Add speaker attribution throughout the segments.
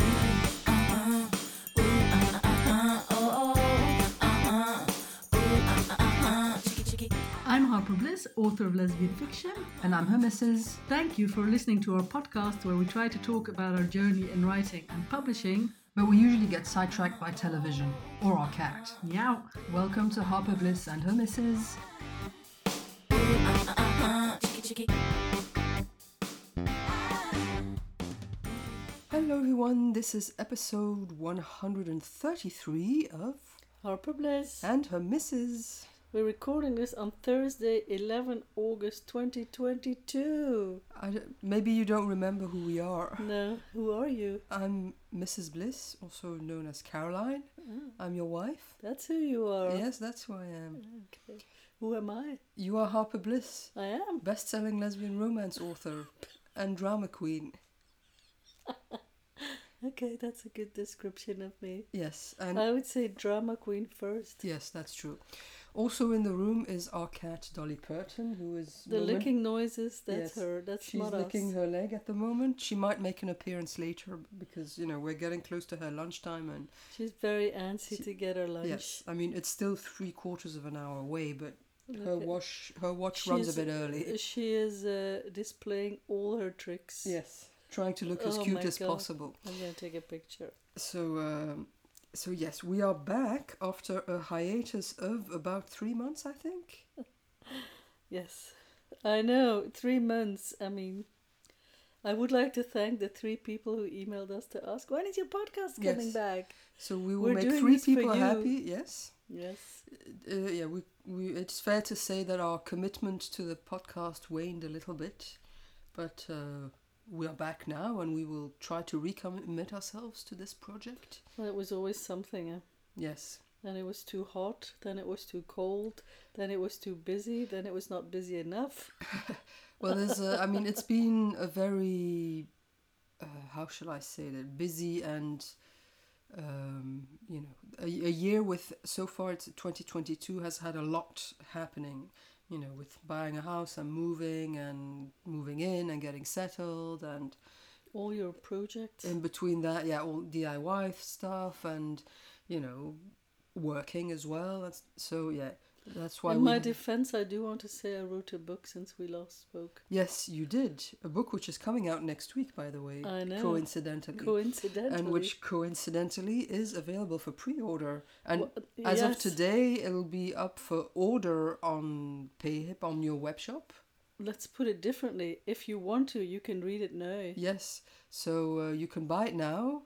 Speaker 1: uh-uh, uh-uh,
Speaker 2: I'm Harper Bliss, author of lesbian fiction, and I'm her missus. Thank you for listening to our podcast where we try to talk about our journey in writing and publishing.
Speaker 3: But we usually get sidetracked by television or our cat.
Speaker 2: Meow.
Speaker 3: Welcome to Harper Bliss and her missus. Hello, everyone. This is episode 133 of
Speaker 4: Harper Bliss.
Speaker 3: And Her Misses.
Speaker 4: We're recording this on Thursday, 11 August 2022.
Speaker 3: I don't- maybe you don't remember who we are.
Speaker 4: No, who are you?
Speaker 3: I'm Mrs. Bliss, also known as Caroline. I'm your wife.
Speaker 4: Mm. That's who you are.
Speaker 3: Yes, that's who I am.
Speaker 4: Okay. Who am I?
Speaker 3: You are Harper Bliss,
Speaker 4: I am.
Speaker 3: best selling lesbian romance author and drama queen.
Speaker 4: Okay, that's a good description of me.
Speaker 3: Yes, and
Speaker 4: I would say drama queen first.
Speaker 3: yes, that's true. Also in the room is our cat Dolly Purton, who is
Speaker 4: The
Speaker 3: moment-
Speaker 4: licking noises,
Speaker 3: Yes,
Speaker 4: that's her. That's
Speaker 3: She's
Speaker 4: not
Speaker 3: licking
Speaker 4: us.
Speaker 3: her leg at the moment. She might make an appearance later because you know we're getting close to her lunchtime, and
Speaker 4: She's very antsy to get her lunch.
Speaker 3: yes, I mean it's still three quarters of an hour away, but her
Speaker 4: Okay.
Speaker 3: wash her watch runs a
Speaker 4: She's-
Speaker 3: bit early.
Speaker 4: She is uh, displaying all her tricks.
Speaker 3: Yes, trying to look as
Speaker 4: Oh
Speaker 3: cute
Speaker 4: my
Speaker 3: as
Speaker 4: God.
Speaker 3: possible.
Speaker 4: I'm going to take a picture.
Speaker 3: So, um, so yes, we are back after a hiatus of about three months, I think.
Speaker 4: Yes, I know. Three months. I mean, I would like to thank the three people who emailed us to ask when is your podcast coming
Speaker 3: Yes.
Speaker 4: back.
Speaker 3: So we will
Speaker 4: We're
Speaker 3: make
Speaker 4: doing
Speaker 3: three
Speaker 4: this for
Speaker 3: people
Speaker 4: you.
Speaker 3: happy. Yes,
Speaker 4: Yes,
Speaker 3: uh, yeah. We, we it's fair to say that our commitment to the podcast waned a little bit, but uh, we are back now, and we will try to recommit ourselves to this project.
Speaker 4: well, it was always something. eh?
Speaker 3: Yes,
Speaker 4: Then it was too hot. Then it was too cold. Then it was too busy. Then it was not busy enough.
Speaker 3: Well, there's a, I mean, it's been a very, uh, how shall I say that, busy and, um, you know, a, a year with, so far it's 2022 has had a lot happening, you know, with buying a house and moving and moving in and getting settled and
Speaker 4: All your projects.
Speaker 3: in between that, yeah, all DIY stuff and, you know, working as well. That's, so, yeah, that's why
Speaker 4: In my
Speaker 3: we-
Speaker 4: defense, I do want to say I wrote a book since we last spoke.
Speaker 3: Yes, you did. A book which is coming out next week, by the way.
Speaker 4: I know.
Speaker 3: Coincidentally.
Speaker 4: Coincidentally,
Speaker 3: and which coincidentally is available for pre order. And
Speaker 4: Wha-
Speaker 3: as of
Speaker 4: yes.
Speaker 3: today, it'll be up for order on Payhip on your web shop.
Speaker 4: let's put it differently. If you want to, you can read it now.
Speaker 3: Yes. So uh, you can buy it now.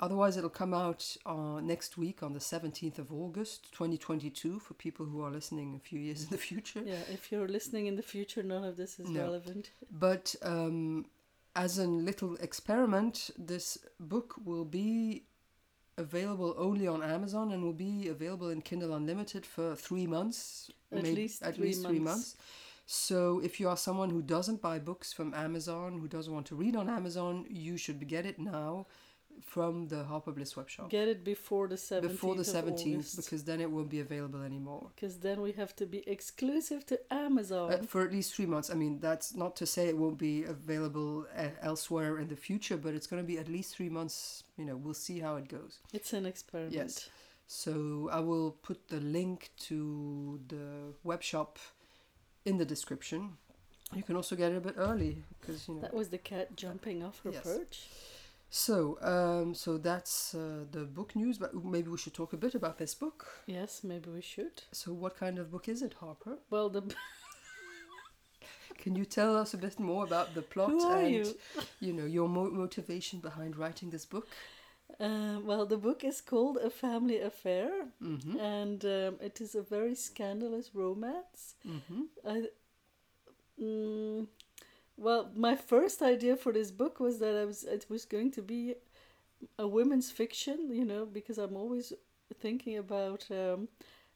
Speaker 3: Otherwise, it'll come out uh, next week on the 17th of August 2022 for people who are listening a few years in the future.
Speaker 4: Yeah, if you're listening in the future, none of this is
Speaker 3: No.
Speaker 4: relevant.
Speaker 3: But um, as a little experiment, this book will be available only on Amazon and will be available in Kindle Unlimited for three months.
Speaker 4: At
Speaker 3: maybe-
Speaker 4: least
Speaker 3: at
Speaker 4: three
Speaker 3: least three months.
Speaker 4: months.
Speaker 3: So if you are someone who doesn't buy books from Amazon, who doesn't want to read on Amazon, you should get it now from the Harper Bliss webshop
Speaker 4: Get it before the 17th.
Speaker 3: Oh. before the 17th
Speaker 4: seventeenth,
Speaker 3: because then it won't be available anymore.
Speaker 4: because then we have to be exclusive to Amazon.
Speaker 3: Uh, for at least three months. I mean, that's not to say it won't be available uh, elsewhere in the future, but it's going to be at least three months. You know, we'll see how it goes.
Speaker 4: it's an experiment.
Speaker 3: yes. So I will put the link to the web shop in the description. You can also get it a bit early because you know.
Speaker 4: That was the cat jumping off her
Speaker 3: Yes.
Speaker 4: perch.
Speaker 3: So, um, so that's uh, the book news. But maybe we should talk a bit about this book.
Speaker 4: Yes, maybe we should.
Speaker 3: So, what kind of book is it, Harper?
Speaker 4: Well, the
Speaker 3: Can you tell us a bit more about the plot
Speaker 4: who are
Speaker 3: and
Speaker 4: you?
Speaker 3: you know your mo- motivation behind writing this book
Speaker 4: Uh, well, the book is called A Family Affair,
Speaker 3: mm-hmm.
Speaker 4: and um, it is a very scandalous romance.
Speaker 3: Mm-hmm.
Speaker 4: I, mm, well, my first idea for this book was that I was it was going to be a women's fiction, you know, because I'm always thinking about um,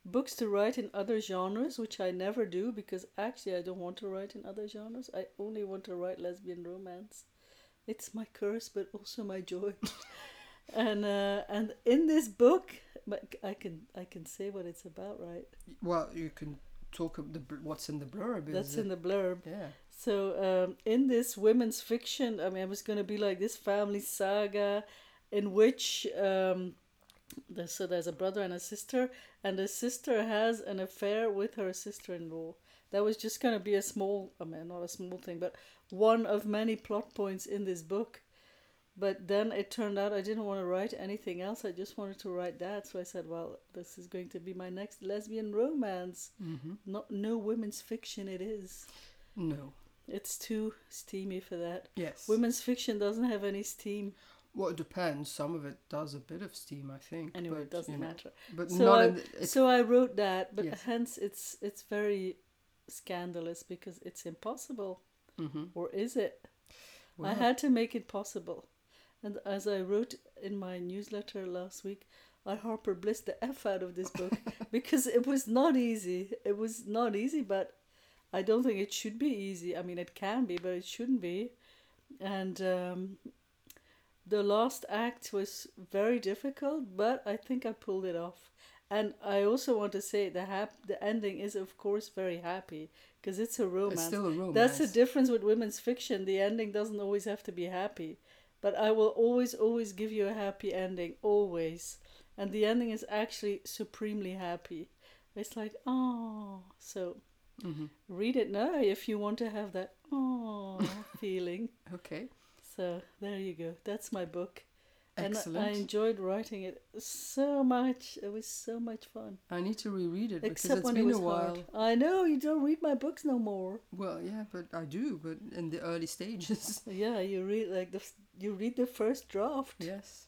Speaker 4: books to write in other genres, which I never do because actually I don't want to write in other genres. I only want to write lesbian romance. It's my curse, but also my joy. and uh, and in this book, but I can I can say what it's about, right?
Speaker 3: well you can talk of the bl- what's in the blurb is
Speaker 4: That's
Speaker 3: it-
Speaker 4: in the blurb.
Speaker 3: yeah
Speaker 4: So um, in this women's fiction, I mean, it was going to be like this family saga, in which um, there's, so there's a brother and a sister, and the sister has an affair with her sister-in-law, that was just going to be a small, I mean, not a small thing, but one of many plot points in this book. But then it turned out I didn't want to write anything else. I just wanted to write that. So I said, well, this is going to be my next lesbian romance. Not no women's fiction. It is.
Speaker 3: No.
Speaker 4: It's too steamy for that.
Speaker 3: Yes.
Speaker 4: Women's fiction doesn't have any steam.
Speaker 3: Well, it depends. Some of it does a bit of steam, I think.
Speaker 4: Anyway,
Speaker 3: but,
Speaker 4: it doesn't
Speaker 3: you know,
Speaker 4: matter.
Speaker 3: But
Speaker 4: so
Speaker 3: not
Speaker 4: I,
Speaker 3: in the, it's,
Speaker 4: so I wrote that, but
Speaker 3: Yes.
Speaker 4: hence it's it's very scandalous because it's impossible, or is it? I
Speaker 3: Mm-hmm. Well-
Speaker 4: had to make it possible, and as I wrote in my newsletter last week, I Harper Bliss the f out of this book because it was not easy. It was not easy, but I don't think it should be easy. I mean, it can be, but it shouldn't be. And um, the last act was very difficult, but I think I pulled it off. And I also want to say the hap- the ending is of course very happy because it's a romance.
Speaker 3: still a
Speaker 4: That's the
Speaker 3: romance.
Speaker 4: difference with women's fiction. The ending doesn't always have to be happy, but I will always always give you a happy ending always. And the ending is actually supremely happy. It's like oh, so read it now if you want to have that oh feeling.
Speaker 3: okay.
Speaker 4: So there you go. That's my book. And I- I
Speaker 3: Excellent.
Speaker 4: enjoyed writing it so much. It was so much fun.
Speaker 3: I need to reread it because
Speaker 4: Except
Speaker 3: it's
Speaker 4: when it
Speaker 3: been
Speaker 4: was
Speaker 3: a while.
Speaker 4: hard. I know you don't read my books no more.
Speaker 3: Well, yeah, but I do, but in the early stages.
Speaker 4: Yeah, you read like the f- you read the first draft.
Speaker 3: yes.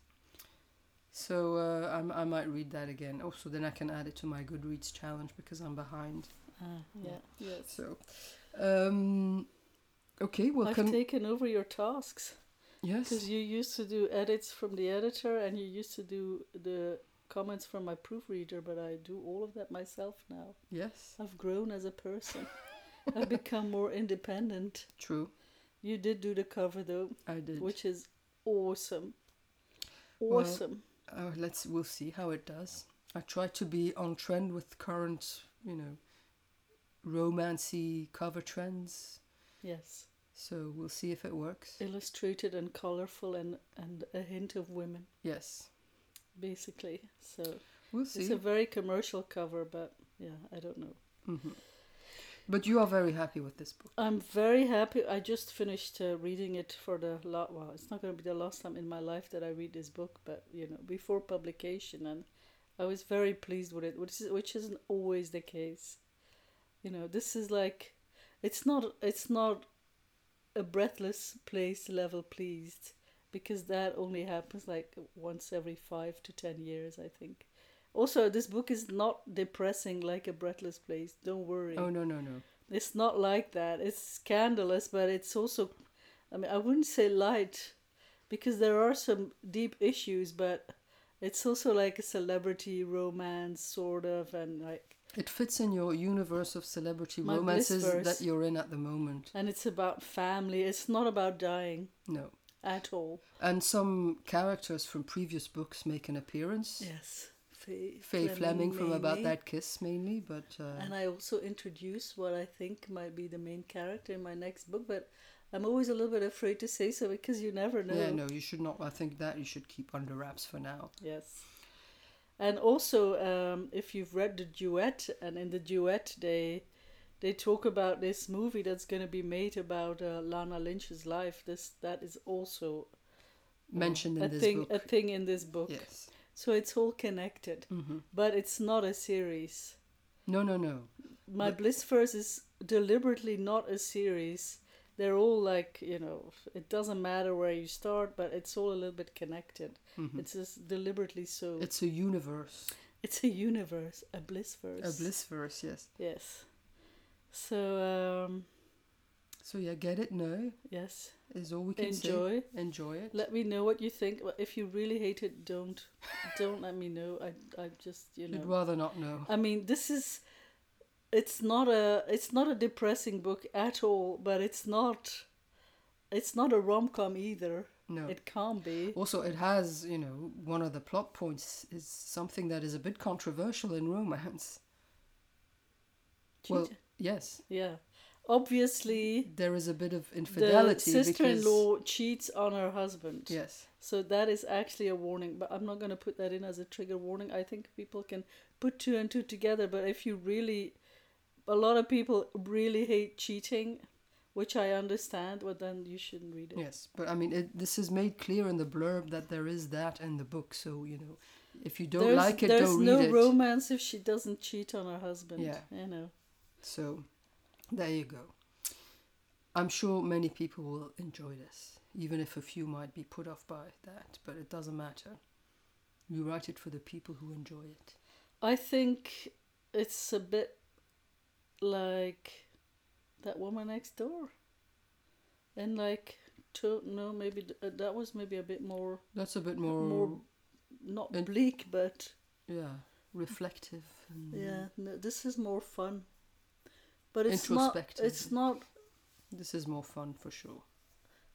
Speaker 3: So uh, I, I might read that again. Also, then I can add it to my Goodreads challenge because I'm behind.
Speaker 4: Ah, yeah. Yes.
Speaker 3: So, um, okay, well,
Speaker 4: I've
Speaker 3: can
Speaker 4: taken over your tasks
Speaker 3: yes,
Speaker 4: because you used to do edits from the editor and you used to do the comments from my proofreader, but I do all of that myself now.
Speaker 3: yes,
Speaker 4: I've grown as a person. I've become more independent.
Speaker 3: true.
Speaker 4: You did do the cover though.
Speaker 3: I did.
Speaker 4: which is awesome.
Speaker 3: Well,
Speaker 4: Awesome.
Speaker 3: Uh, let's we'll see how it does. I try to be on trend with current, you know, romancy cover trends.
Speaker 4: yes.
Speaker 3: So we'll see if it works.
Speaker 4: Illustrated and colorful and and a hint of women
Speaker 3: Yes,
Speaker 4: basically. So
Speaker 3: we'll
Speaker 4: it's
Speaker 3: see.
Speaker 4: a very commercial cover, but yeah, I don't know.
Speaker 3: Mm-hmm. But you are very happy with this book.
Speaker 4: I'm very happy. I just finished uh, reading it for the la Well, it's not going to be the last time in my life that I read this book, but you know, before publication, and I was very pleased with it, which is which isn't always the case. You know, this is like, it's not it's not a breathless place level pleased because that only happens like once every five to ten years, I think. Also, this book is not depressing like a breathless place. Don't worry.
Speaker 3: Oh no no no.
Speaker 4: It's not like that. It's scandalous, but it's also, I mean, I wouldn't say light, because there are some deep issues, but it's also like a celebrity romance, sort of, and like,
Speaker 3: It fits in your universe of celebrity
Speaker 4: My
Speaker 3: romances
Speaker 4: blissverse.
Speaker 3: that you're in at the moment.
Speaker 4: and it's about family. It's not about dying
Speaker 3: No.
Speaker 4: at all.
Speaker 3: And some characters from previous books make an appearance.
Speaker 4: Yes, Faye,
Speaker 3: Faye Fleming, from About
Speaker 4: mainly.
Speaker 3: That Kiss mainly, but uh,
Speaker 4: And I also introduce what I think might be the main character in my next book, but I'm always a little bit afraid to say so because you never know.
Speaker 3: yeah, no, you should not. I think that you should keep under wraps for
Speaker 4: Oh,
Speaker 3: now.
Speaker 4: Yes. And also, um, if you've read the duet, and in the duet they they talk about this movie that's going to be made about uh, Lana Lynch's life. This that is also
Speaker 3: Mentioned in
Speaker 4: a
Speaker 3: this
Speaker 4: thing
Speaker 3: book.
Speaker 4: a thing in this book.
Speaker 3: Yes.
Speaker 4: So it's all connected,
Speaker 3: Mm-hmm.
Speaker 4: but it's not a series.
Speaker 3: No, no, no.
Speaker 4: My Bliss First is deliberately not a series. They're all like, you know, it doesn't matter where you start, but it's all a little bit connected.
Speaker 3: Mm-hmm.
Speaker 4: It's just deliberately so.
Speaker 3: It's a universe,
Speaker 4: It's a universe, a bliss verse.
Speaker 3: a bliss verse. Yes.
Speaker 4: Yes. So um,
Speaker 3: So yeah, get it now
Speaker 4: yes,
Speaker 3: is all we can say.
Speaker 4: enjoy.
Speaker 3: Enjoy it.
Speaker 4: Let me know what you think. Well, If you really hate it, don't, don't let me know. I, I just you
Speaker 3: You'd
Speaker 4: know.
Speaker 3: rather not know.
Speaker 4: I mean, this is, it's not a, it's not a depressing book at all. But it's not, it's not a rom com either.
Speaker 3: No.
Speaker 4: It can't be.
Speaker 3: Also, it has, you know, one of the plot points is something that is a bit controversial in romance. Well,
Speaker 4: Cheat-
Speaker 3: yes,
Speaker 4: yeah, obviously.
Speaker 3: there is a bit of
Speaker 4: The
Speaker 3: infidelity.
Speaker 4: sister-in-law cheats on her husband.
Speaker 3: Because, yes,
Speaker 4: So that is actually a warning, but I'm not going to put that in as a trigger warning. I think people can put two and two together, but if you really a lot of people really hate cheating, which I understand, but then you shouldn't read it.
Speaker 3: Yes, but I mean, it, this is made clear in the blurb that there is that in the book. So you know, if you don't
Speaker 4: there's
Speaker 3: like it,
Speaker 4: there's
Speaker 3: don't
Speaker 4: no
Speaker 3: read it.
Speaker 4: romance if she doesn't cheat on her husband.
Speaker 3: Yeah.
Speaker 4: You know.
Speaker 3: So there you go. I'm sure many people will enjoy this, even if a few might be put off by that. But it doesn't matter. You write it for the people who enjoy it.
Speaker 4: I think it's a bit like that woman next door. And like, to, no, maybe th- uh, that was maybe a bit more,
Speaker 3: That's a bit more,
Speaker 4: More- not
Speaker 3: And-
Speaker 4: bleak, but
Speaker 3: yeah, reflective. And
Speaker 4: yeah, no, this is more fun. But it's not,
Speaker 3: Introspective.
Speaker 4: it's not
Speaker 3: This is more fun for sure.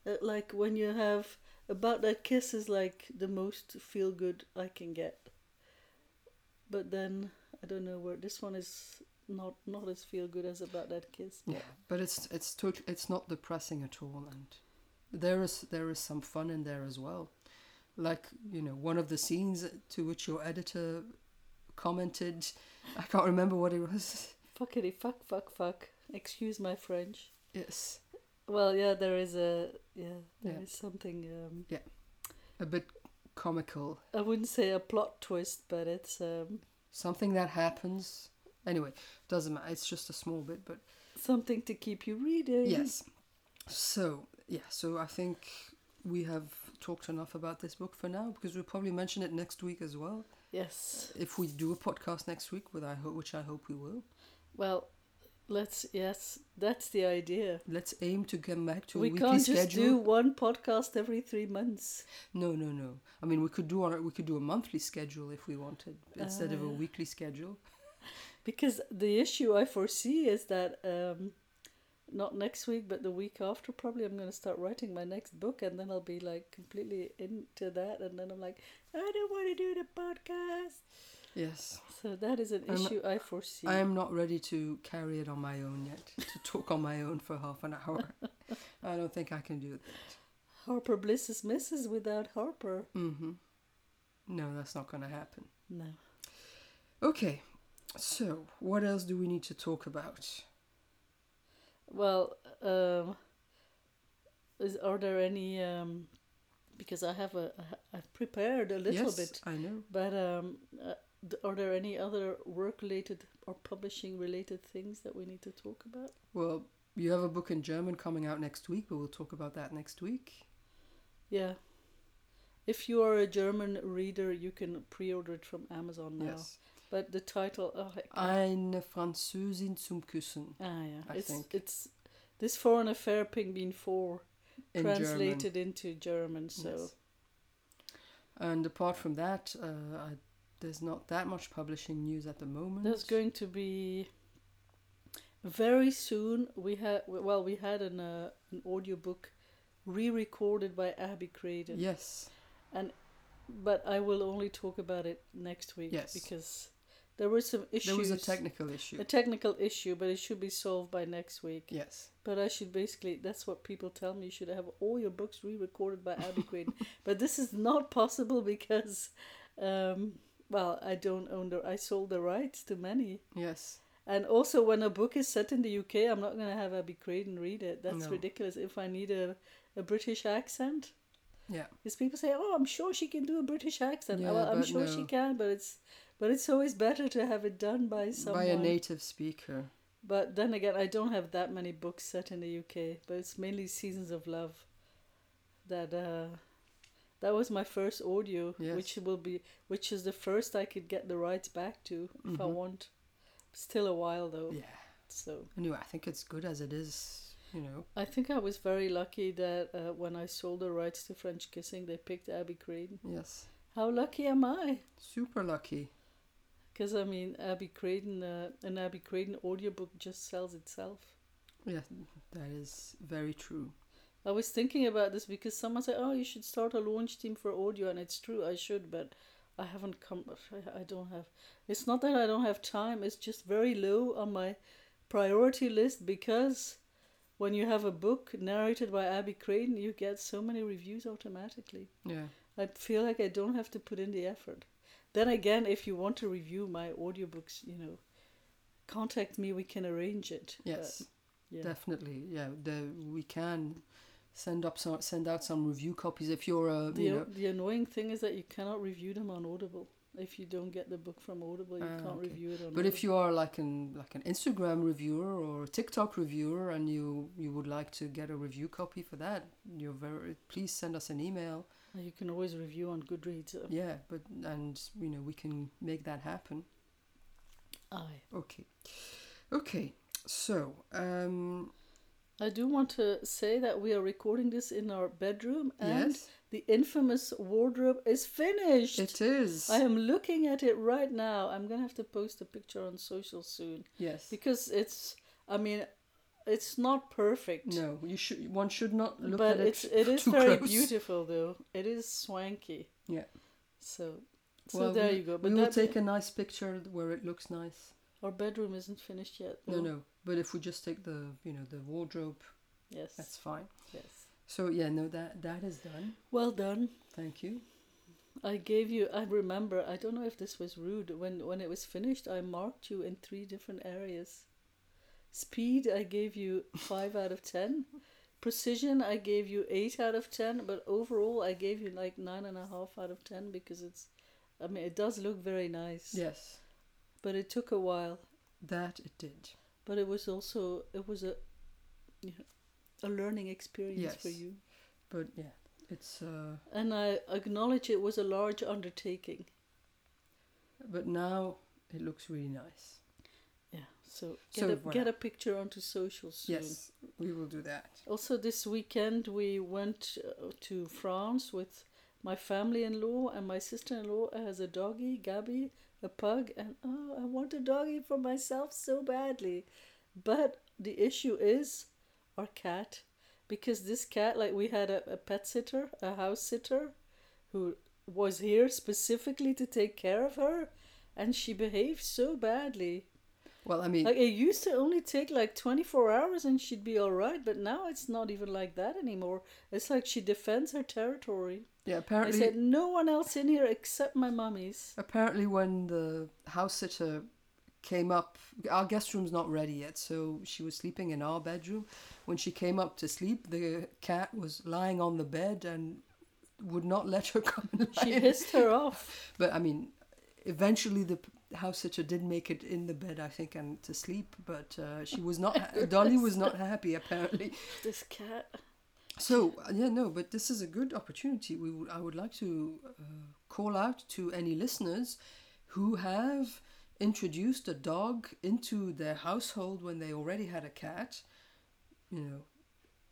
Speaker 4: uh, like when you have, about that kiss is like the most feel good I can get. But then, I don't know where, this one is not, not as feel good as about that kiss.
Speaker 3: Yeah, but it's it's tot- it's not depressing at all, and there is there is some fun in there as well. Like you know, one of the scenes to which your editor commented, I can't remember what it was.
Speaker 4: Fuckity fuck fuck fuck. Excuse my French.
Speaker 3: Yes,
Speaker 4: Well, yeah, there is a yeah, there is
Speaker 3: Yeah.
Speaker 4: something. Um,
Speaker 3: a bit comical.
Speaker 4: I wouldn't say a plot twist, but it's um,
Speaker 3: Something that happens. Anyway, doesn't matter. It's just a small bit, but
Speaker 4: something to keep you reading.
Speaker 3: Yes. So yeah, so I think we have talked enough about this book for now because we'll probably mention it next week as well.
Speaker 4: Yes.
Speaker 3: If we do a podcast next week, with I hope, which I hope we will,
Speaker 4: Well, let's. Yes, that's the idea.
Speaker 3: let's aim to get back to a
Speaker 4: we
Speaker 3: weekly
Speaker 4: can't
Speaker 3: schedule.
Speaker 4: just do one podcast every three months.
Speaker 3: No, no, no. I mean, we could do our, we could do a monthly schedule if we wanted instead
Speaker 4: Ah.
Speaker 3: of a weekly schedule.
Speaker 4: Because the issue I foresee is that um, not next week, but the week after, probably I'm going to start writing my next book, and then I'll be like completely into that, and then I'm like, I don't want to do the podcast.
Speaker 3: Yes,
Speaker 4: So that is an
Speaker 3: I'm-
Speaker 4: issue I foresee.
Speaker 3: I am not ready to carry it on my own yet. To talk on my own for half an hour, I don't think I can do that.
Speaker 4: Harper Bliss is Mrs. without Harper.
Speaker 3: Mm-hmm. No, that's not going to happen.
Speaker 4: No.
Speaker 3: Okay, so what else do we need to talk about?
Speaker 4: Well, um, is, are there any? Um, because I have a, I- I've prepared a little
Speaker 3: yes,
Speaker 4: bit,
Speaker 3: I know.
Speaker 4: but um, uh, d- are there any other work-related or publishing-related things that we need to talk about?
Speaker 3: Well, you have a book in German coming out next week, but we'll talk about that next week.
Speaker 4: Yeah. If you are a German reader, you can pre-order it from Amazon now.
Speaker 3: Yes.
Speaker 4: But the title, oh, I can't-
Speaker 3: Eine Französin zum Küssen
Speaker 4: Ah, yeah.
Speaker 3: I
Speaker 4: it's
Speaker 3: think.
Speaker 4: it's this foreign affair Penguin Four
Speaker 3: in
Speaker 4: translated into German. So
Speaker 3: German. Yes. And apart from that, uh, I, there's not that much publishing news at the moment.
Speaker 4: there's going to be very soon. We had well, we had an uh, an audiobook re-recorded by Abby Craden,
Speaker 3: Yes,
Speaker 4: but I will only talk about it next week
Speaker 3: Yes.
Speaker 4: because there were some issues.
Speaker 3: there was a technical issue.
Speaker 4: a technical issue, but it should be solved by next week.
Speaker 3: yes,
Speaker 4: But I should basically, that's what people tell me. You should have all your books re recorded by Abby Quinn. but this is not possible because, um, well, I don't own the, I sold the rights to many.
Speaker 3: yes.
Speaker 4: And also, when a book is set in the UK, I'm not going to have Abby Craden read it. That's
Speaker 3: No.
Speaker 4: ridiculous. If I need a, a British accent,
Speaker 3: Yeah,
Speaker 4: because people say, "Oh, I'm sure she can do a British accent."
Speaker 3: Yeah,
Speaker 4: well, I'm
Speaker 3: but
Speaker 4: sure she
Speaker 3: no.
Speaker 4: can, but it's but it's always better to have it done by someone.
Speaker 3: by a native speaker.
Speaker 4: But then again, I don't have that many books set in the UK, but it's mainly Seasons of Love. That uh, that was my first audio,
Speaker 3: Yes.
Speaker 4: which will be which is the first I could get the rights back to if I want. Still a while though,
Speaker 3: Mm-hmm. Yeah.
Speaker 4: so
Speaker 3: Anyway, I think it's good as it is. You know.
Speaker 4: I think I was very lucky that uh, when I sold the rights to French Kissing, they picked Abby Craden.
Speaker 3: Yes.
Speaker 4: How lucky am I?
Speaker 3: Super lucky.
Speaker 4: Because I mean, Abby Craden, uh, an Abby Craden audiobook just sells itself.
Speaker 3: Yeah, that is very true.
Speaker 4: I was thinking about this because someone said, "Oh, you should start a launch team for audio," and it's true, I should, but I haven't come. I- I don't have. It's not that I don't have time. It's just very low on my priority list because when you have a book narrated by Abby Craden, you get so many reviews automatically.
Speaker 3: Yeah.
Speaker 4: I feel like I don't have to put in the effort. Then again, if you want to review my audiobooks, you know, contact me. We can arrange it. Uh,
Speaker 3: Yes,
Speaker 4: yeah.
Speaker 3: definitely. Yeah, the, we can send up some, send out some review copies if you're a
Speaker 4: The,
Speaker 3: you know
Speaker 4: the annoying thing is that you cannot review them on Audible. If you don't get the book from Audible, you
Speaker 3: Ah,
Speaker 4: can't
Speaker 3: okay.
Speaker 4: review it on
Speaker 3: But if you are like an like an Instagram reviewer or a TikTok reviewer, and you you would like to get a review copy for that, you're very please send us an email.
Speaker 4: you... You can always review on Goodreads. uh,
Speaker 3: Yeah, but and you know we can make that happen.
Speaker 4: Aye.
Speaker 3: Okay, okay. So um,
Speaker 4: I do want to say that we are recording this in our bedroom and
Speaker 3: yes,
Speaker 4: the infamous wardrobe is finished.
Speaker 3: it is.
Speaker 4: I am looking at it right now. I'm going to have to post a picture on social soon
Speaker 3: yes.
Speaker 4: because it's, I mean, it's not perfect.
Speaker 3: No, you should. One should not look
Speaker 4: but
Speaker 3: at it.
Speaker 4: it's, it is
Speaker 3: too
Speaker 4: very
Speaker 3: close.
Speaker 4: beautiful though. It is swanky.
Speaker 3: Yeah.
Speaker 4: So, so
Speaker 3: Well,
Speaker 4: there
Speaker 3: we-
Speaker 4: you go.
Speaker 3: We
Speaker 4: But
Speaker 3: will
Speaker 4: that,
Speaker 3: take a nice picture where it looks nice.
Speaker 4: our bedroom isn't finished yet.
Speaker 3: No,
Speaker 4: though.
Speaker 3: no. But if we just take the you know the wardrobe,
Speaker 4: Yes.
Speaker 3: that's fine.
Speaker 4: Yes.
Speaker 3: So yeah, no, that that is done.
Speaker 4: Well done.
Speaker 3: Thank you.
Speaker 4: I gave you. I remember. I don't know if this was rude. When when it was finished, I marked you in three different areas. Speed, I gave you five out of ten. Precision, I gave you eight out of ten. But overall, I gave you like nine and a half out of ten because it's. I mean, it does look very nice.
Speaker 3: Yes,
Speaker 4: But it took a while.
Speaker 3: that it did.
Speaker 4: But it was also it was a. You know, a learning experience for
Speaker 3: Yes.
Speaker 4: you.
Speaker 3: But yeah, it's. uh
Speaker 4: And I acknowledge it was a large undertaking.
Speaker 3: But now it looks really nice.
Speaker 4: Yeah. So
Speaker 3: So
Speaker 4: get a,
Speaker 3: voilà.
Speaker 4: get a picture onto social soon.
Speaker 3: Yes, we will do that.
Speaker 4: Also this weekend we went uh, to France with my family-in-law and my sister-in-law has a doggy, Gabby, a pug, and oh, I want a doggy for myself so badly. But the issue is our cat because this cat like we had a, a pet sitter, a house sitter who was here specifically to take care of her and she behaved so badly.
Speaker 3: Well, I mean,
Speaker 4: Like it used to only take like 24 hours and she'd be all right, but now it's not even like that anymore. It's like she defends her territory.
Speaker 3: yeah.
Speaker 4: I
Speaker 3: Apparently,
Speaker 4: said no one else in here except my mummies.
Speaker 3: apparently, when the house sitter came up, our guest room's not ready yet, so she was sleeping in our bedroom. When she came up to sleep, the cat was lying on the bed and would not let her come. And lie
Speaker 4: She
Speaker 3: in.
Speaker 4: pissed her off.
Speaker 3: But I mean, eventually the p- house sitter did make it in the bed, I think, and to sleep. But uh, she was not. ha- Dolly was not happy apparently.
Speaker 4: This cat.
Speaker 3: So uh, yeah, no. But this is a good opportunity. We would. I would like to uh, call out to any listeners who have introduced a dog into their household when they already had a cat. You know.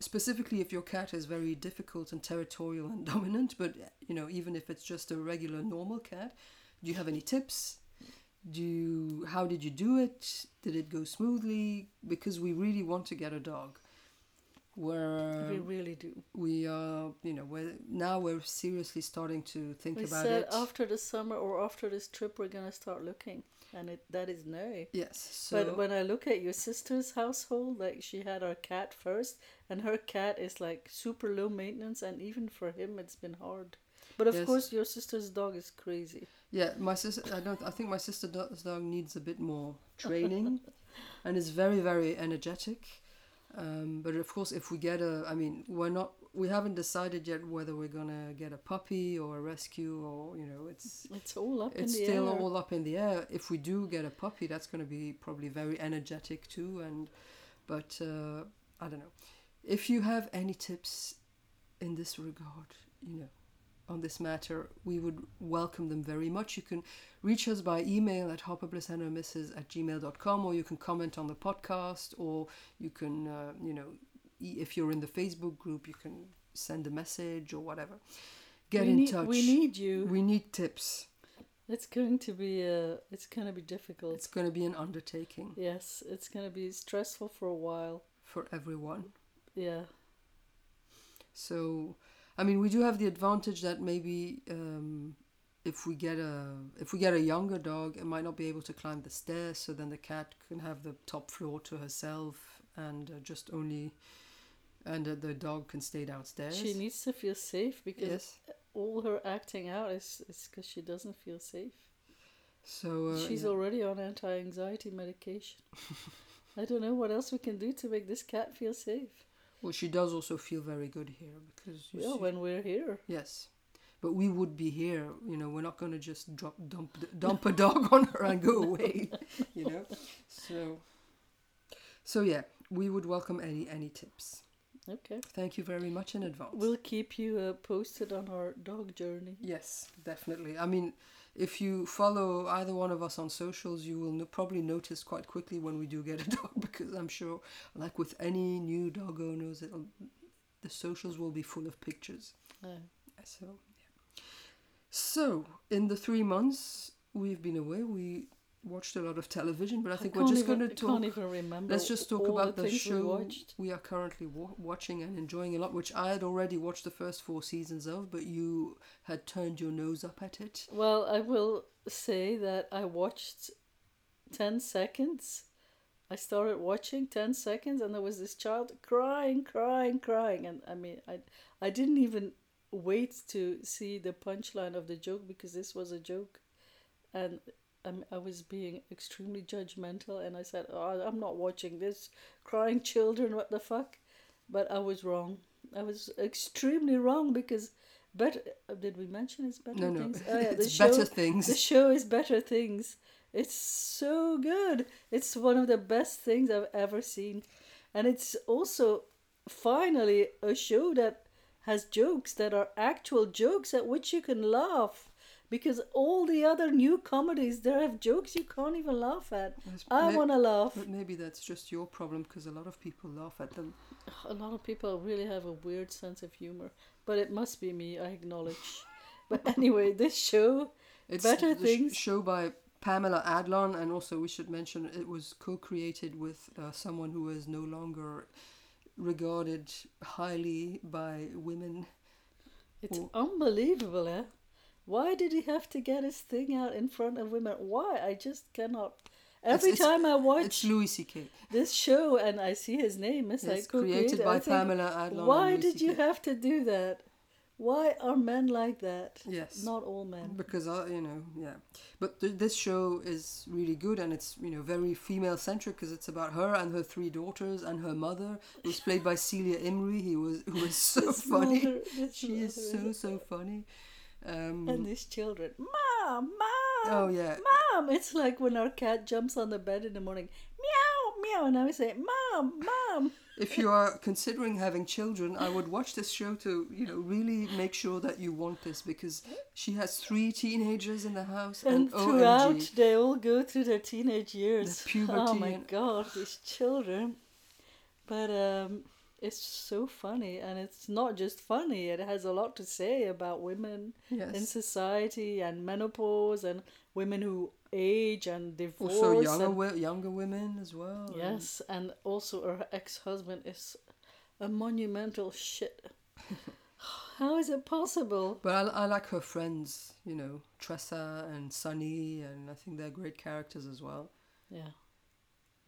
Speaker 3: Specifically, if your cat is very difficult and territorial and dominant, but you know, even if it's just a regular normal cat, do you have any tips? Do you, how did you do it? Did it go smoothly? Because we really want to get a dog. We're
Speaker 4: we really do.
Speaker 3: we are you know we're now we're seriously starting to think
Speaker 4: We
Speaker 3: about
Speaker 4: said
Speaker 3: it
Speaker 4: after the summer or after this trip we're gonna start looking, and it that is no.
Speaker 3: yes so
Speaker 4: but when I look at your sister's household, like she had her cat first, and her cat is like super low maintenance, and even for him, it's been hard. But of
Speaker 3: Yes.
Speaker 4: course, your sister's dog is crazy.
Speaker 3: yeah my sister i don't i think my sister's dog needs a bit more training and is very very energetic um, but of course if we get a i mean we're not we haven't decided yet whether we're gonna get a puppy or a rescue or you know it's
Speaker 4: It's all up
Speaker 3: it's
Speaker 4: in the
Speaker 3: still
Speaker 4: air.
Speaker 3: all up in the air. If we do get a puppy, that's going to be probably very energetic too. And but uh, I don't know. If you have any tips in this regard, you know, on this matter, we would welcome them very much. You can reach us by email at hopperblissandomrs at gmail.com or you can comment on the podcast or you can, uh, you know, e- if you're in the Facebook group, you can send a message or whatever. Get
Speaker 4: we
Speaker 3: in
Speaker 4: need,
Speaker 3: touch.
Speaker 4: We need you.
Speaker 3: we need tips.
Speaker 4: It's going to be uh, it's gonna be difficult.
Speaker 3: It's going to be an undertaking
Speaker 4: yes, it's gonna be stressful for a while.
Speaker 3: for everyone.
Speaker 4: Yeah,
Speaker 3: So, I mean, we do have the advantage that maybe um, if we get a if we get a younger dog, it might not be able to climb the stairs. So then the cat can have the top floor to herself and uh, just only, and uh, the dog can stay downstairs.
Speaker 4: she needs to feel safe because
Speaker 3: yes.
Speaker 4: all her acting out is is because she doesn't feel safe.
Speaker 3: So uh,
Speaker 4: She's
Speaker 3: yeah.
Speaker 4: already on anti-anxiety medication. I don't know what else we can do to make this cat feel safe.
Speaker 3: well, she does also feel very good here because you
Speaker 4: Yeah,
Speaker 3: see-
Speaker 4: when we're here.
Speaker 3: yes, but we would be here. You know, we're not going to just drop dump the- dump a dog on her and go away. You know, so so yeah, we would welcome any any tips.
Speaker 4: Okay.
Speaker 3: Thank you very much in advance.
Speaker 4: We'll keep you uh, posted on our dog journey.
Speaker 3: Yes, definitely. I mean, if you follow either one of us on socials, you will no- probably notice quite quickly when we do get a dog because I'm sure, like with any new dog owners, it'll, the socials will be full of pictures.
Speaker 4: Uh,
Speaker 3: So, yeah. So, in the three months we've been away, we watched a lot of television, but I think we're
Speaker 4: can't
Speaker 3: just
Speaker 4: even-
Speaker 3: going to
Speaker 4: I can't
Speaker 3: talk.
Speaker 4: even remember.
Speaker 3: Let's just talk
Speaker 4: all
Speaker 3: about the,
Speaker 4: things We
Speaker 3: show
Speaker 4: watched.
Speaker 3: we are currently wa- watching and enjoying a lot, which I had already watched the first four seasons of, but you had turned your nose up at it.
Speaker 4: Well, I will say that I watched 10 seconds. I started watching 10 seconds and there was this child crying, crying, crying and I mean I I didn't even wait to see the punchline of the joke because this was a joke and I'm, I was being extremely judgmental and I said, "Oh, I'm not watching this crying children, what the fuck?" But I was wrong. I was extremely wrong because but did we mention it's better
Speaker 3: No, no,
Speaker 4: things? Oh, yeah, the
Speaker 3: it's
Speaker 4: show-
Speaker 3: better
Speaker 4: the
Speaker 3: things.
Speaker 4: show is Better Things. It's so good. It's one of the best things I've ever seen. And it's also finally a show that has jokes that are actual jokes at which you can laugh. Because all the other new comedies, there have jokes you can't even laugh at.
Speaker 3: That's-
Speaker 4: I
Speaker 3: may-
Speaker 4: want to laugh.
Speaker 3: But maybe that's just your problem because a lot of people laugh at them.
Speaker 4: A lot of people really have a weird sense of humor. But it must be me, I acknowledge. but anyway, this show,
Speaker 3: It's
Speaker 4: Better
Speaker 3: the sh-
Speaker 4: Things.
Speaker 3: show by Pamela Adlon, and also we should mention it was co-created with uh, someone who is no longer regarded highly by women.
Speaker 4: It's
Speaker 3: Or-
Speaker 4: unbelievable, eh? Why did he have to get his thing out in front of women? Why? I just cannot. Every
Speaker 3: it's-
Speaker 4: time I
Speaker 3: It's
Speaker 4: watch
Speaker 3: Louis C.K.
Speaker 4: this show and I see his name, it's
Speaker 3: Yes,
Speaker 4: like co-created,
Speaker 3: created by
Speaker 4: I think,
Speaker 3: Pamela Adlon. and
Speaker 4: Why
Speaker 3: Louis
Speaker 4: did you
Speaker 3: CK.
Speaker 4: have to do that? Why are men like that?
Speaker 3: Yes.
Speaker 4: Not all men.
Speaker 3: because I, you know, yeah. But th- this show is really good, and it's you know very female centric because it's about her and her three daughters and her mother, who's played by Celia Imrie. He was who is so
Speaker 4: This
Speaker 3: funny.
Speaker 4: mother- this
Speaker 3: She is
Speaker 4: mother
Speaker 3: so so funny. Um,
Speaker 4: And these children, mom, mom.
Speaker 3: oh yeah,
Speaker 4: Mom, it's like when our cat jumps on the bed in the morning, meow, meow, and I would say, Mom, Mom.
Speaker 3: if you are considering having children, I would watch this show to you know really make sure that you want this because she has three teenagers in the house
Speaker 4: And
Speaker 3: and,
Speaker 4: throughout,
Speaker 3: OMG.
Speaker 4: they all go through their teenage years. oh
Speaker 3: puberty
Speaker 4: my
Speaker 3: and-
Speaker 4: god, these children! But um, it's so funny, and it's not just funny. It has a lot to say about women
Speaker 3: Yes.
Speaker 4: in society and menopause, and women who age and divorce.
Speaker 3: Also younger
Speaker 4: and-
Speaker 3: wo- younger women as well. and-
Speaker 4: Yes, and also her ex-husband is a monumental shit. How is it possible?
Speaker 3: But I, I like her friends, you know, Tressa and Sunny, and I think they're great characters as well.
Speaker 4: Yeah.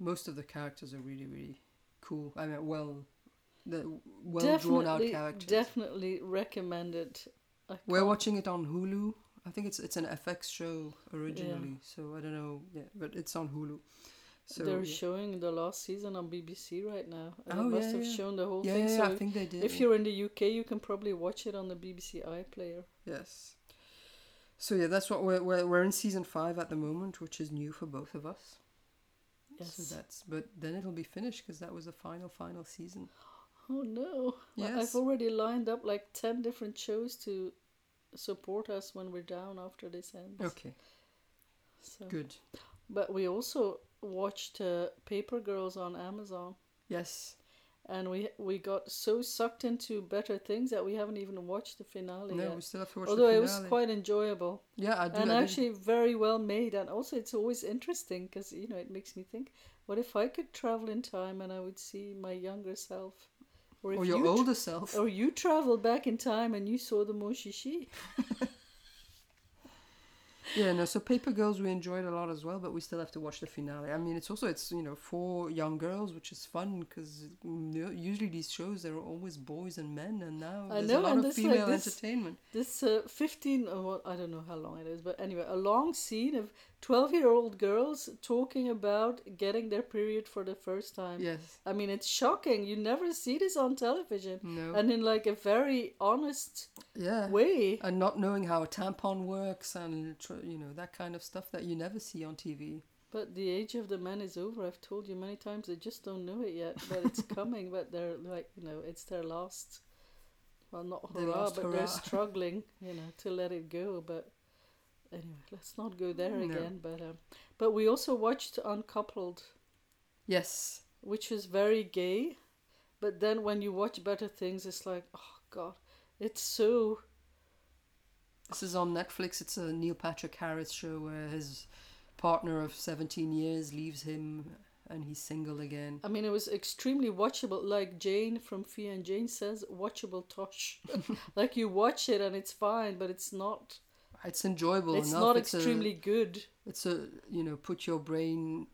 Speaker 3: Most of the characters are really, really cool. I mean, well, the well drawn out characters.
Speaker 4: Definitely recommended. I
Speaker 3: We're
Speaker 4: can't-
Speaker 3: watching it on Hulu. I think it's it's an FX show originally, so I don't know, yeah, but it's on Hulu. So
Speaker 4: They're
Speaker 3: yeah,
Speaker 4: showing the last season on BBC right now. and
Speaker 3: Oh,
Speaker 4: they must
Speaker 3: yeah,
Speaker 4: have
Speaker 3: yeah.
Speaker 4: shown the whole
Speaker 3: yeah,
Speaker 4: thing.
Speaker 3: yeah,
Speaker 4: so
Speaker 3: I think they did.
Speaker 4: if you're in the UK, you can probably watch it on the BBC iPlayer.
Speaker 3: yes. So yeah, that's what we're, we're we're in season five at the moment, which is new for both of us.
Speaker 4: Yes.
Speaker 3: So that's but then it'll be finished because that was the final final season.
Speaker 4: oh no! Well,
Speaker 3: Yes.
Speaker 4: I've already lined up like ten different shows to support us when we're down after this ends.
Speaker 3: Okay,
Speaker 4: So.
Speaker 3: Oh, good.
Speaker 4: But we also watched uh, Paper Girls on Amazon,
Speaker 3: Yes.
Speaker 4: and we we got so sucked into better things that we haven't even watched the finale
Speaker 3: No,
Speaker 4: yet.
Speaker 3: we still have to watch
Speaker 4: Although
Speaker 3: the
Speaker 4: it
Speaker 3: finale.
Speaker 4: was quite enjoyable.
Speaker 3: yeah, I do.
Speaker 4: and
Speaker 3: I did-
Speaker 4: actually very well made and also it's always interesting because you know it makes me think what if i could travel in time and i would see my younger self if
Speaker 3: or your
Speaker 4: you
Speaker 3: older self.
Speaker 4: or you travel back in time and you saw the moshishi
Speaker 3: yeah, no. So Paper Girls we enjoyed a lot as well, but we still have to watch the finale. I mean, it's also it's you know four young girls, which is fun because usually these shows there are always boys and men, and now
Speaker 4: I
Speaker 3: there's
Speaker 4: know,
Speaker 3: a lot
Speaker 4: and
Speaker 3: of
Speaker 4: it's like
Speaker 3: female
Speaker 4: this-
Speaker 3: entertainment.
Speaker 4: This uh, 15, or what, I don't know how long it is, but anyway, a long scene of 12 year old girls talking about getting their period for the first time.
Speaker 3: Yes,
Speaker 4: I mean, it's shocking. You never see this on television.
Speaker 3: no, Uh,
Speaker 4: And in like a very honest
Speaker 3: yeah,
Speaker 4: way.
Speaker 3: and not knowing how a tampon works and tr- you know that kind of stuff that you never see on TV.
Speaker 4: But the age of the man is over. I've told you many times. They just don't know it yet, but it's coming. But they're like, you know, it's their last. Well, not
Speaker 3: Their
Speaker 4: hurrah,
Speaker 3: last
Speaker 4: but
Speaker 3: hurrah.
Speaker 4: they're struggling, you know, to let it go. But anyway, let's not go there
Speaker 3: No.
Speaker 4: again. But um, but we also watched Uncoupled,
Speaker 3: Yes,
Speaker 4: which is very gay. But then when you watch better things, it's like, oh god, it's so
Speaker 3: This is on Netflix. It's a Neil Patrick Harris show where his partner of 17 years leaves him and he's single again.
Speaker 4: I mean, it was extremely watchable. Like Jane from Fee and Jane says, watchable tosh. like you watch it and it's fine, but it's not.
Speaker 3: It's enjoyable
Speaker 4: it's
Speaker 3: enough.
Speaker 4: not
Speaker 3: it's
Speaker 4: extremely good.
Speaker 3: A, it's a, you know, put your brain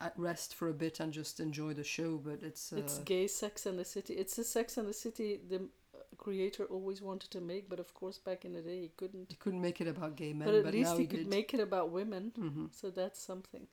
Speaker 3: at rest for a bit and just enjoy the show, but it's. Uh,
Speaker 4: it's gay Sex and the City. It's the Sex and the City the uh, creator always wanted to make, but of course back in the day he couldn't.
Speaker 3: he couldn't make it about gay men,
Speaker 4: but at
Speaker 3: now
Speaker 4: least he
Speaker 3: he
Speaker 4: could
Speaker 3: did.
Speaker 4: make it about women,
Speaker 3: hmm
Speaker 4: so that's something.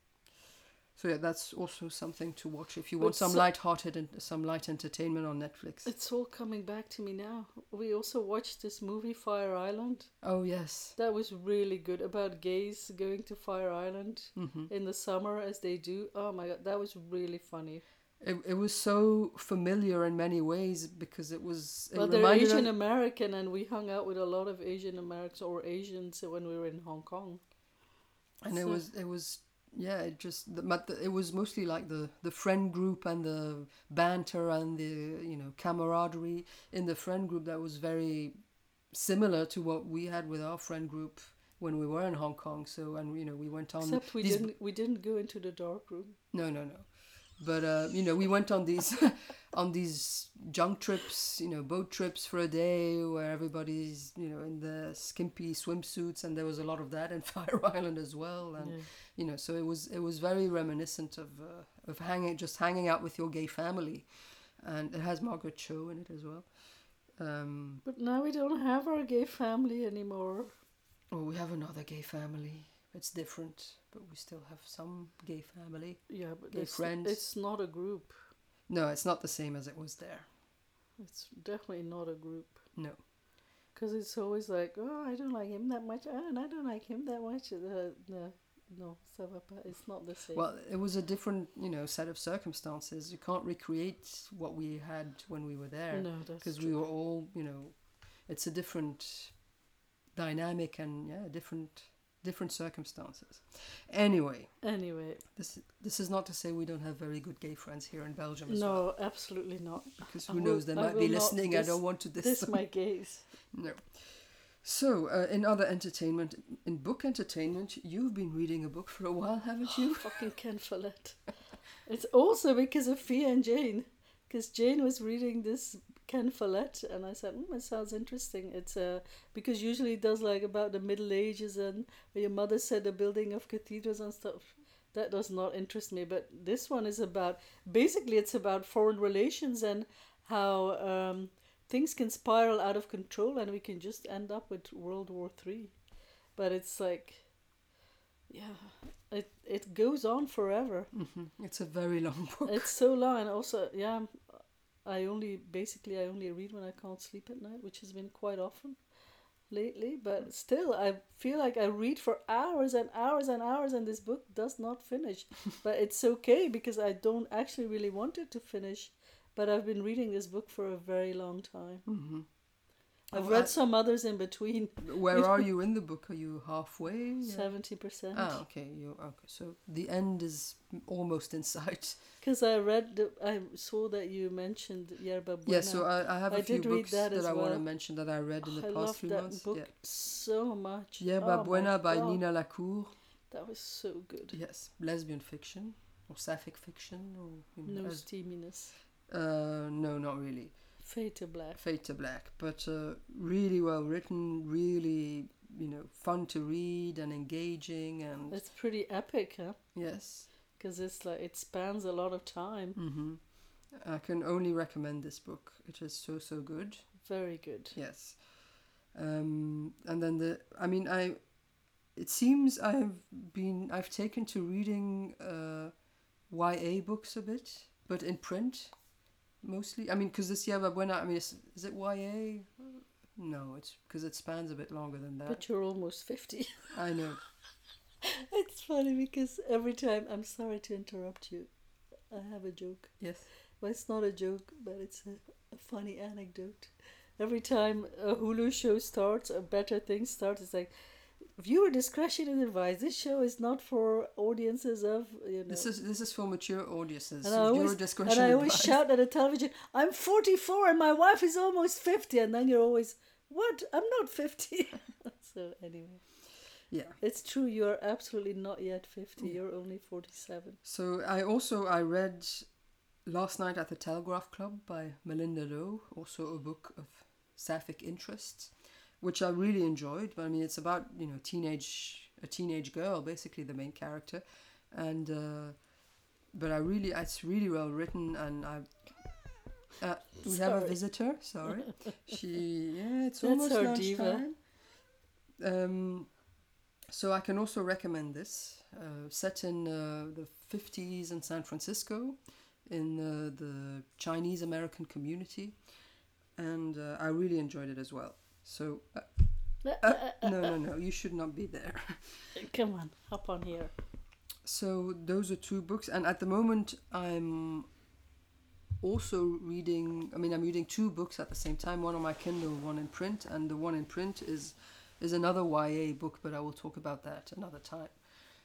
Speaker 3: So yeah, that's also something to watch if you
Speaker 4: But
Speaker 3: want some
Speaker 4: so-
Speaker 3: light-hearted and some light entertainment on Netflix.
Speaker 4: It's all coming back to me now. We also watched this movie Fire Island.
Speaker 3: Oh yes,
Speaker 4: That was really good about gays going to Fire Island.
Speaker 3: hmm
Speaker 4: in the summer as they do. Oh my god, that was really funny.
Speaker 3: it, it was so familiar in many ways because it was. It
Speaker 4: well, they're
Speaker 3: reminded us-
Speaker 4: Asian American, and we hung out with a lot of Asian Americans or Asians when we were in Hong Kong.
Speaker 3: and it
Speaker 4: So-
Speaker 3: was it was yeah it just the, but the, it was mostly like the the friend group and the banter and the you know camaraderie in the friend group that was very similar to what we had with our friend group when we were in Hong Kong so and you know we went on
Speaker 4: Except we
Speaker 3: these-
Speaker 4: didn't we didn't go into the dark room.
Speaker 3: no no no but uh, you know we went on these on these junk trips you know boat trips for a day where everybody's you know in the skimpy swimsuits and there was a lot of that in Fire Island as well and you know so it was it was very reminiscent of uh, of hanging just hanging out with your gay family and it has margaret cho in it as well um
Speaker 4: But now we don't have our gay family anymore.
Speaker 3: oh we have another gay family it's different but we still have some gay family
Speaker 4: Yeah, but
Speaker 3: Gay
Speaker 4: it's,
Speaker 3: friends.
Speaker 4: it's not a group.
Speaker 3: no it's not the same as it was there
Speaker 4: It's definitely not a group.
Speaker 3: no
Speaker 4: Because it's always like, oh, I don't like him that much, oh, and I don't like him that much. Uh, no, no, ça va pas. It's not the same.
Speaker 3: well it was a different you know set of circumstances you can't recreate what we had when we were there
Speaker 4: no, that's
Speaker 3: because
Speaker 4: true.
Speaker 3: we were all you know it's a different dynamic and yeah different different circumstances anyway
Speaker 4: Anyway,
Speaker 3: this this is not to say we don't have very good gay friends here in belgium as well
Speaker 4: no, absolutely not.
Speaker 3: because
Speaker 4: I
Speaker 3: who knows
Speaker 4: will-
Speaker 3: they
Speaker 4: I
Speaker 3: might
Speaker 4: will
Speaker 3: be
Speaker 4: not
Speaker 3: listening i
Speaker 4: dis-
Speaker 3: don't want to diss,
Speaker 4: This
Speaker 3: them.
Speaker 4: my gaze.
Speaker 3: no so uh, in other entertainment in book entertainment you've been reading a book for a while haven't you
Speaker 4: Fucking Ken Follett. It's also because of Fee and Jane. Because Jane was reading this Ken Follett, and I said, mm, it sounds interesting. It's uh, because usually it does like about the Middle Ages and where your mother said the building of cathedrals and stuff. That does not interest me. But this one is about basically it's about foreign relations and how um, things can spiral out of control and we can just end up with World War Three. But it's like, yeah, it it goes on forever.
Speaker 3: hmm it's a very long book
Speaker 4: It's so long, and also yeah, I'm- I only basically I only read when I can't sleep at night, which has been quite often lately.
Speaker 3: Mm.
Speaker 4: But still, I feel like I read for hours and hours and hours, and this book does not finish. but it's okay because I don't actually really want it to finish. But I've been reading this book for a very long time.
Speaker 3: hmm
Speaker 4: I've
Speaker 3: Oh,
Speaker 4: read
Speaker 3: I-
Speaker 4: some others in between,
Speaker 3: where are you in the book are you halfway
Speaker 4: seventy percent.
Speaker 3: Ah, okay. You okay? So the end is almost in sight.
Speaker 4: Because I read, the, I saw that you mentioned Yerba Buena.
Speaker 3: yeah. So I, I have a
Speaker 4: I
Speaker 3: few
Speaker 4: did read
Speaker 3: books
Speaker 4: that
Speaker 3: that,
Speaker 4: as
Speaker 3: I want to
Speaker 4: well.
Speaker 3: mention that I read in the
Speaker 4: I
Speaker 3: past
Speaker 4: love
Speaker 3: few
Speaker 4: that
Speaker 3: months.
Speaker 4: book
Speaker 3: Yeah.
Speaker 4: so much.
Speaker 3: Yerba
Speaker 4: Oh my
Speaker 3: Buena by
Speaker 4: God,
Speaker 3: Nina Lacour.
Speaker 4: That was so good.
Speaker 3: Yes, lesbian fiction or sapphic fiction or you know,
Speaker 4: No
Speaker 3: as-
Speaker 4: steaminess.
Speaker 3: uh, no, not really.
Speaker 4: Fade to black.
Speaker 3: Fate to Black, but uh, really well written, really you know fun to read and engaging and
Speaker 4: It's pretty epic, huh?
Speaker 3: yes
Speaker 4: Because it's like it spans a lot of time.
Speaker 3: hmm i can only recommend this book it is so so good
Speaker 4: Very good.
Speaker 3: yes um and then the i mean i it seems i've been i've taken to reading uh ya books a bit but in print mostly i mean because this year but when i, I mean is, is it ya no it's because it spans a bit longer than that
Speaker 4: But you're almost fifty.
Speaker 3: i know
Speaker 4: it's funny because every time I'm sorry to interrupt you. I have a joke.
Speaker 3: yes
Speaker 4: Well, it's not a joke, but it's a, a funny anecdote. Every time a Hulu show starts, a better thing starts. It's like viewer discretion is advised. This show is not for audiences of you know.
Speaker 3: This is this is for mature audiences.
Speaker 4: and
Speaker 3: so
Speaker 4: I
Speaker 3: your
Speaker 4: always,
Speaker 3: discretion
Speaker 4: and I always
Speaker 3: advised.
Speaker 4: shout at the television, "I'm 44 and my wife is almost 50," and then you're always, "What? I'm not 50." so anyway,
Speaker 3: Yeah.
Speaker 4: it's true. You are absolutely not yet 50.
Speaker 3: Hmm.
Speaker 4: You're only 47.
Speaker 3: So I also I read last night at the Telegraph Club by Melinda Lowe, also a book of sapphic interest, which I really enjoyed. But I mean, it's about you know teenage a teenage girl, basically the main character, and uh, but I really it's really well written, and I. Uh, we have a
Speaker 4: Sorry.
Speaker 3: visitor. Sorry, she. Yeah, it's
Speaker 4: That's
Speaker 3: almost
Speaker 4: our
Speaker 3: lunchtime. Um, so I can also recommend this, uh, set in uh, the 50s in San Francisco, in uh, the Chinese American community, and uh, I really enjoyed it as well. So uh, uh, no, no, no, you should not be there.
Speaker 4: Come on, hop on here.
Speaker 3: So those are two books, and at the moment I'm also reading. I mean, I'm reading two books at the same time. One on my Kindle, one in print, and the one in print is is another YA book, but I will talk about that another time.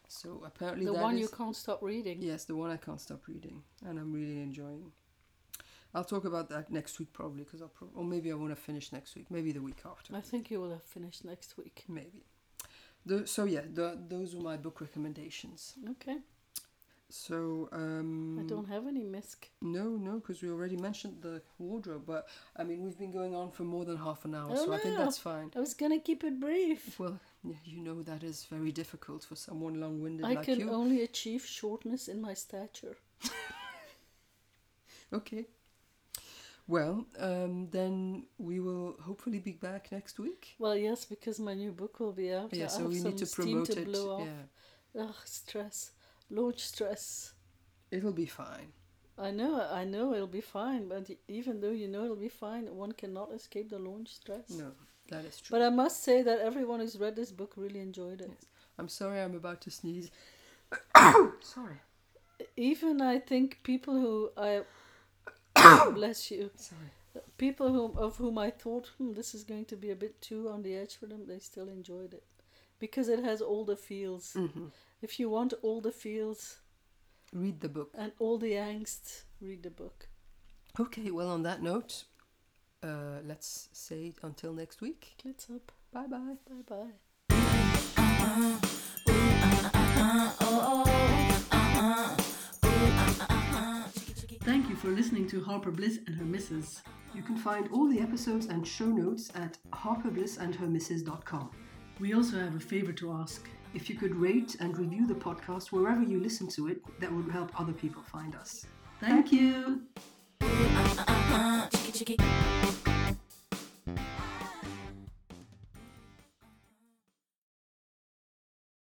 Speaker 3: So apparently
Speaker 4: The
Speaker 3: that
Speaker 4: one you
Speaker 3: is-
Speaker 4: can't stop reading.
Speaker 3: yes, the one I can't stop reading, and I'm really enjoying. I'll talk about that next week probably, because I'll prob- or maybe I want to finish next week, maybe the week after.
Speaker 4: I think you will have finished next week.
Speaker 3: Maybe. Tho- so yeah, tho- those were my book recommendations.
Speaker 4: Okay.
Speaker 3: So um,
Speaker 4: I don't have any misc.
Speaker 3: No, no, because we already mentioned the wardrobe. But I mean, we've been going on for more than half an hour,
Speaker 4: Oh,
Speaker 3: so I think
Speaker 4: no.
Speaker 3: that's fine.
Speaker 4: I was gonna keep it brief.
Speaker 3: Well, y- you know that is very difficult for someone long-winded
Speaker 4: I
Speaker 3: like
Speaker 4: can
Speaker 3: you.
Speaker 4: only achieve shortness in my stature.
Speaker 3: okay. Well, um, then we will hopefully be back next week.
Speaker 4: Well, yes, because my new book will be out.
Speaker 3: yeah,
Speaker 4: I
Speaker 3: so
Speaker 4: have
Speaker 3: we
Speaker 4: some
Speaker 3: need to
Speaker 4: steam
Speaker 3: promote
Speaker 4: to
Speaker 3: it.
Speaker 4: Blow off.
Speaker 3: Yeah,
Speaker 4: Ugh, stress. Launch stress.
Speaker 3: it'll be fine.
Speaker 4: I know, I know it'll be fine, but even though you know it'll be fine, one cannot escape the launch stress.
Speaker 3: No, that is true.
Speaker 4: But I must say that everyone who's read this book really enjoyed it.
Speaker 3: I'm sorry, I'm about to sneeze. sorry,
Speaker 4: Even I think people who I bless you.
Speaker 3: sorry.
Speaker 4: people whom, of whom I thought hmm, this is going to be a bit too on the edge for them, they still enjoyed it because it has all the feels.
Speaker 3: hmm
Speaker 4: If you want all the feels
Speaker 3: Read the book.
Speaker 4: and all the angst, read the book.
Speaker 3: Okay. Well, on that note, uh, let's say until next week.
Speaker 4: Glitz up.
Speaker 3: Bye bye.
Speaker 4: Bye bye.
Speaker 2: Thank you for listening to Harper Bliss and her missus.
Speaker 3: You can find all the episodes and show notes at harperblissandhermisses.com.
Speaker 2: We also have a favor to ask.
Speaker 3: If you could rate and review the podcast wherever you listen to it, that would help other people find us.
Speaker 2: Thank you.
Speaker 1: uh-uh, chicky chicky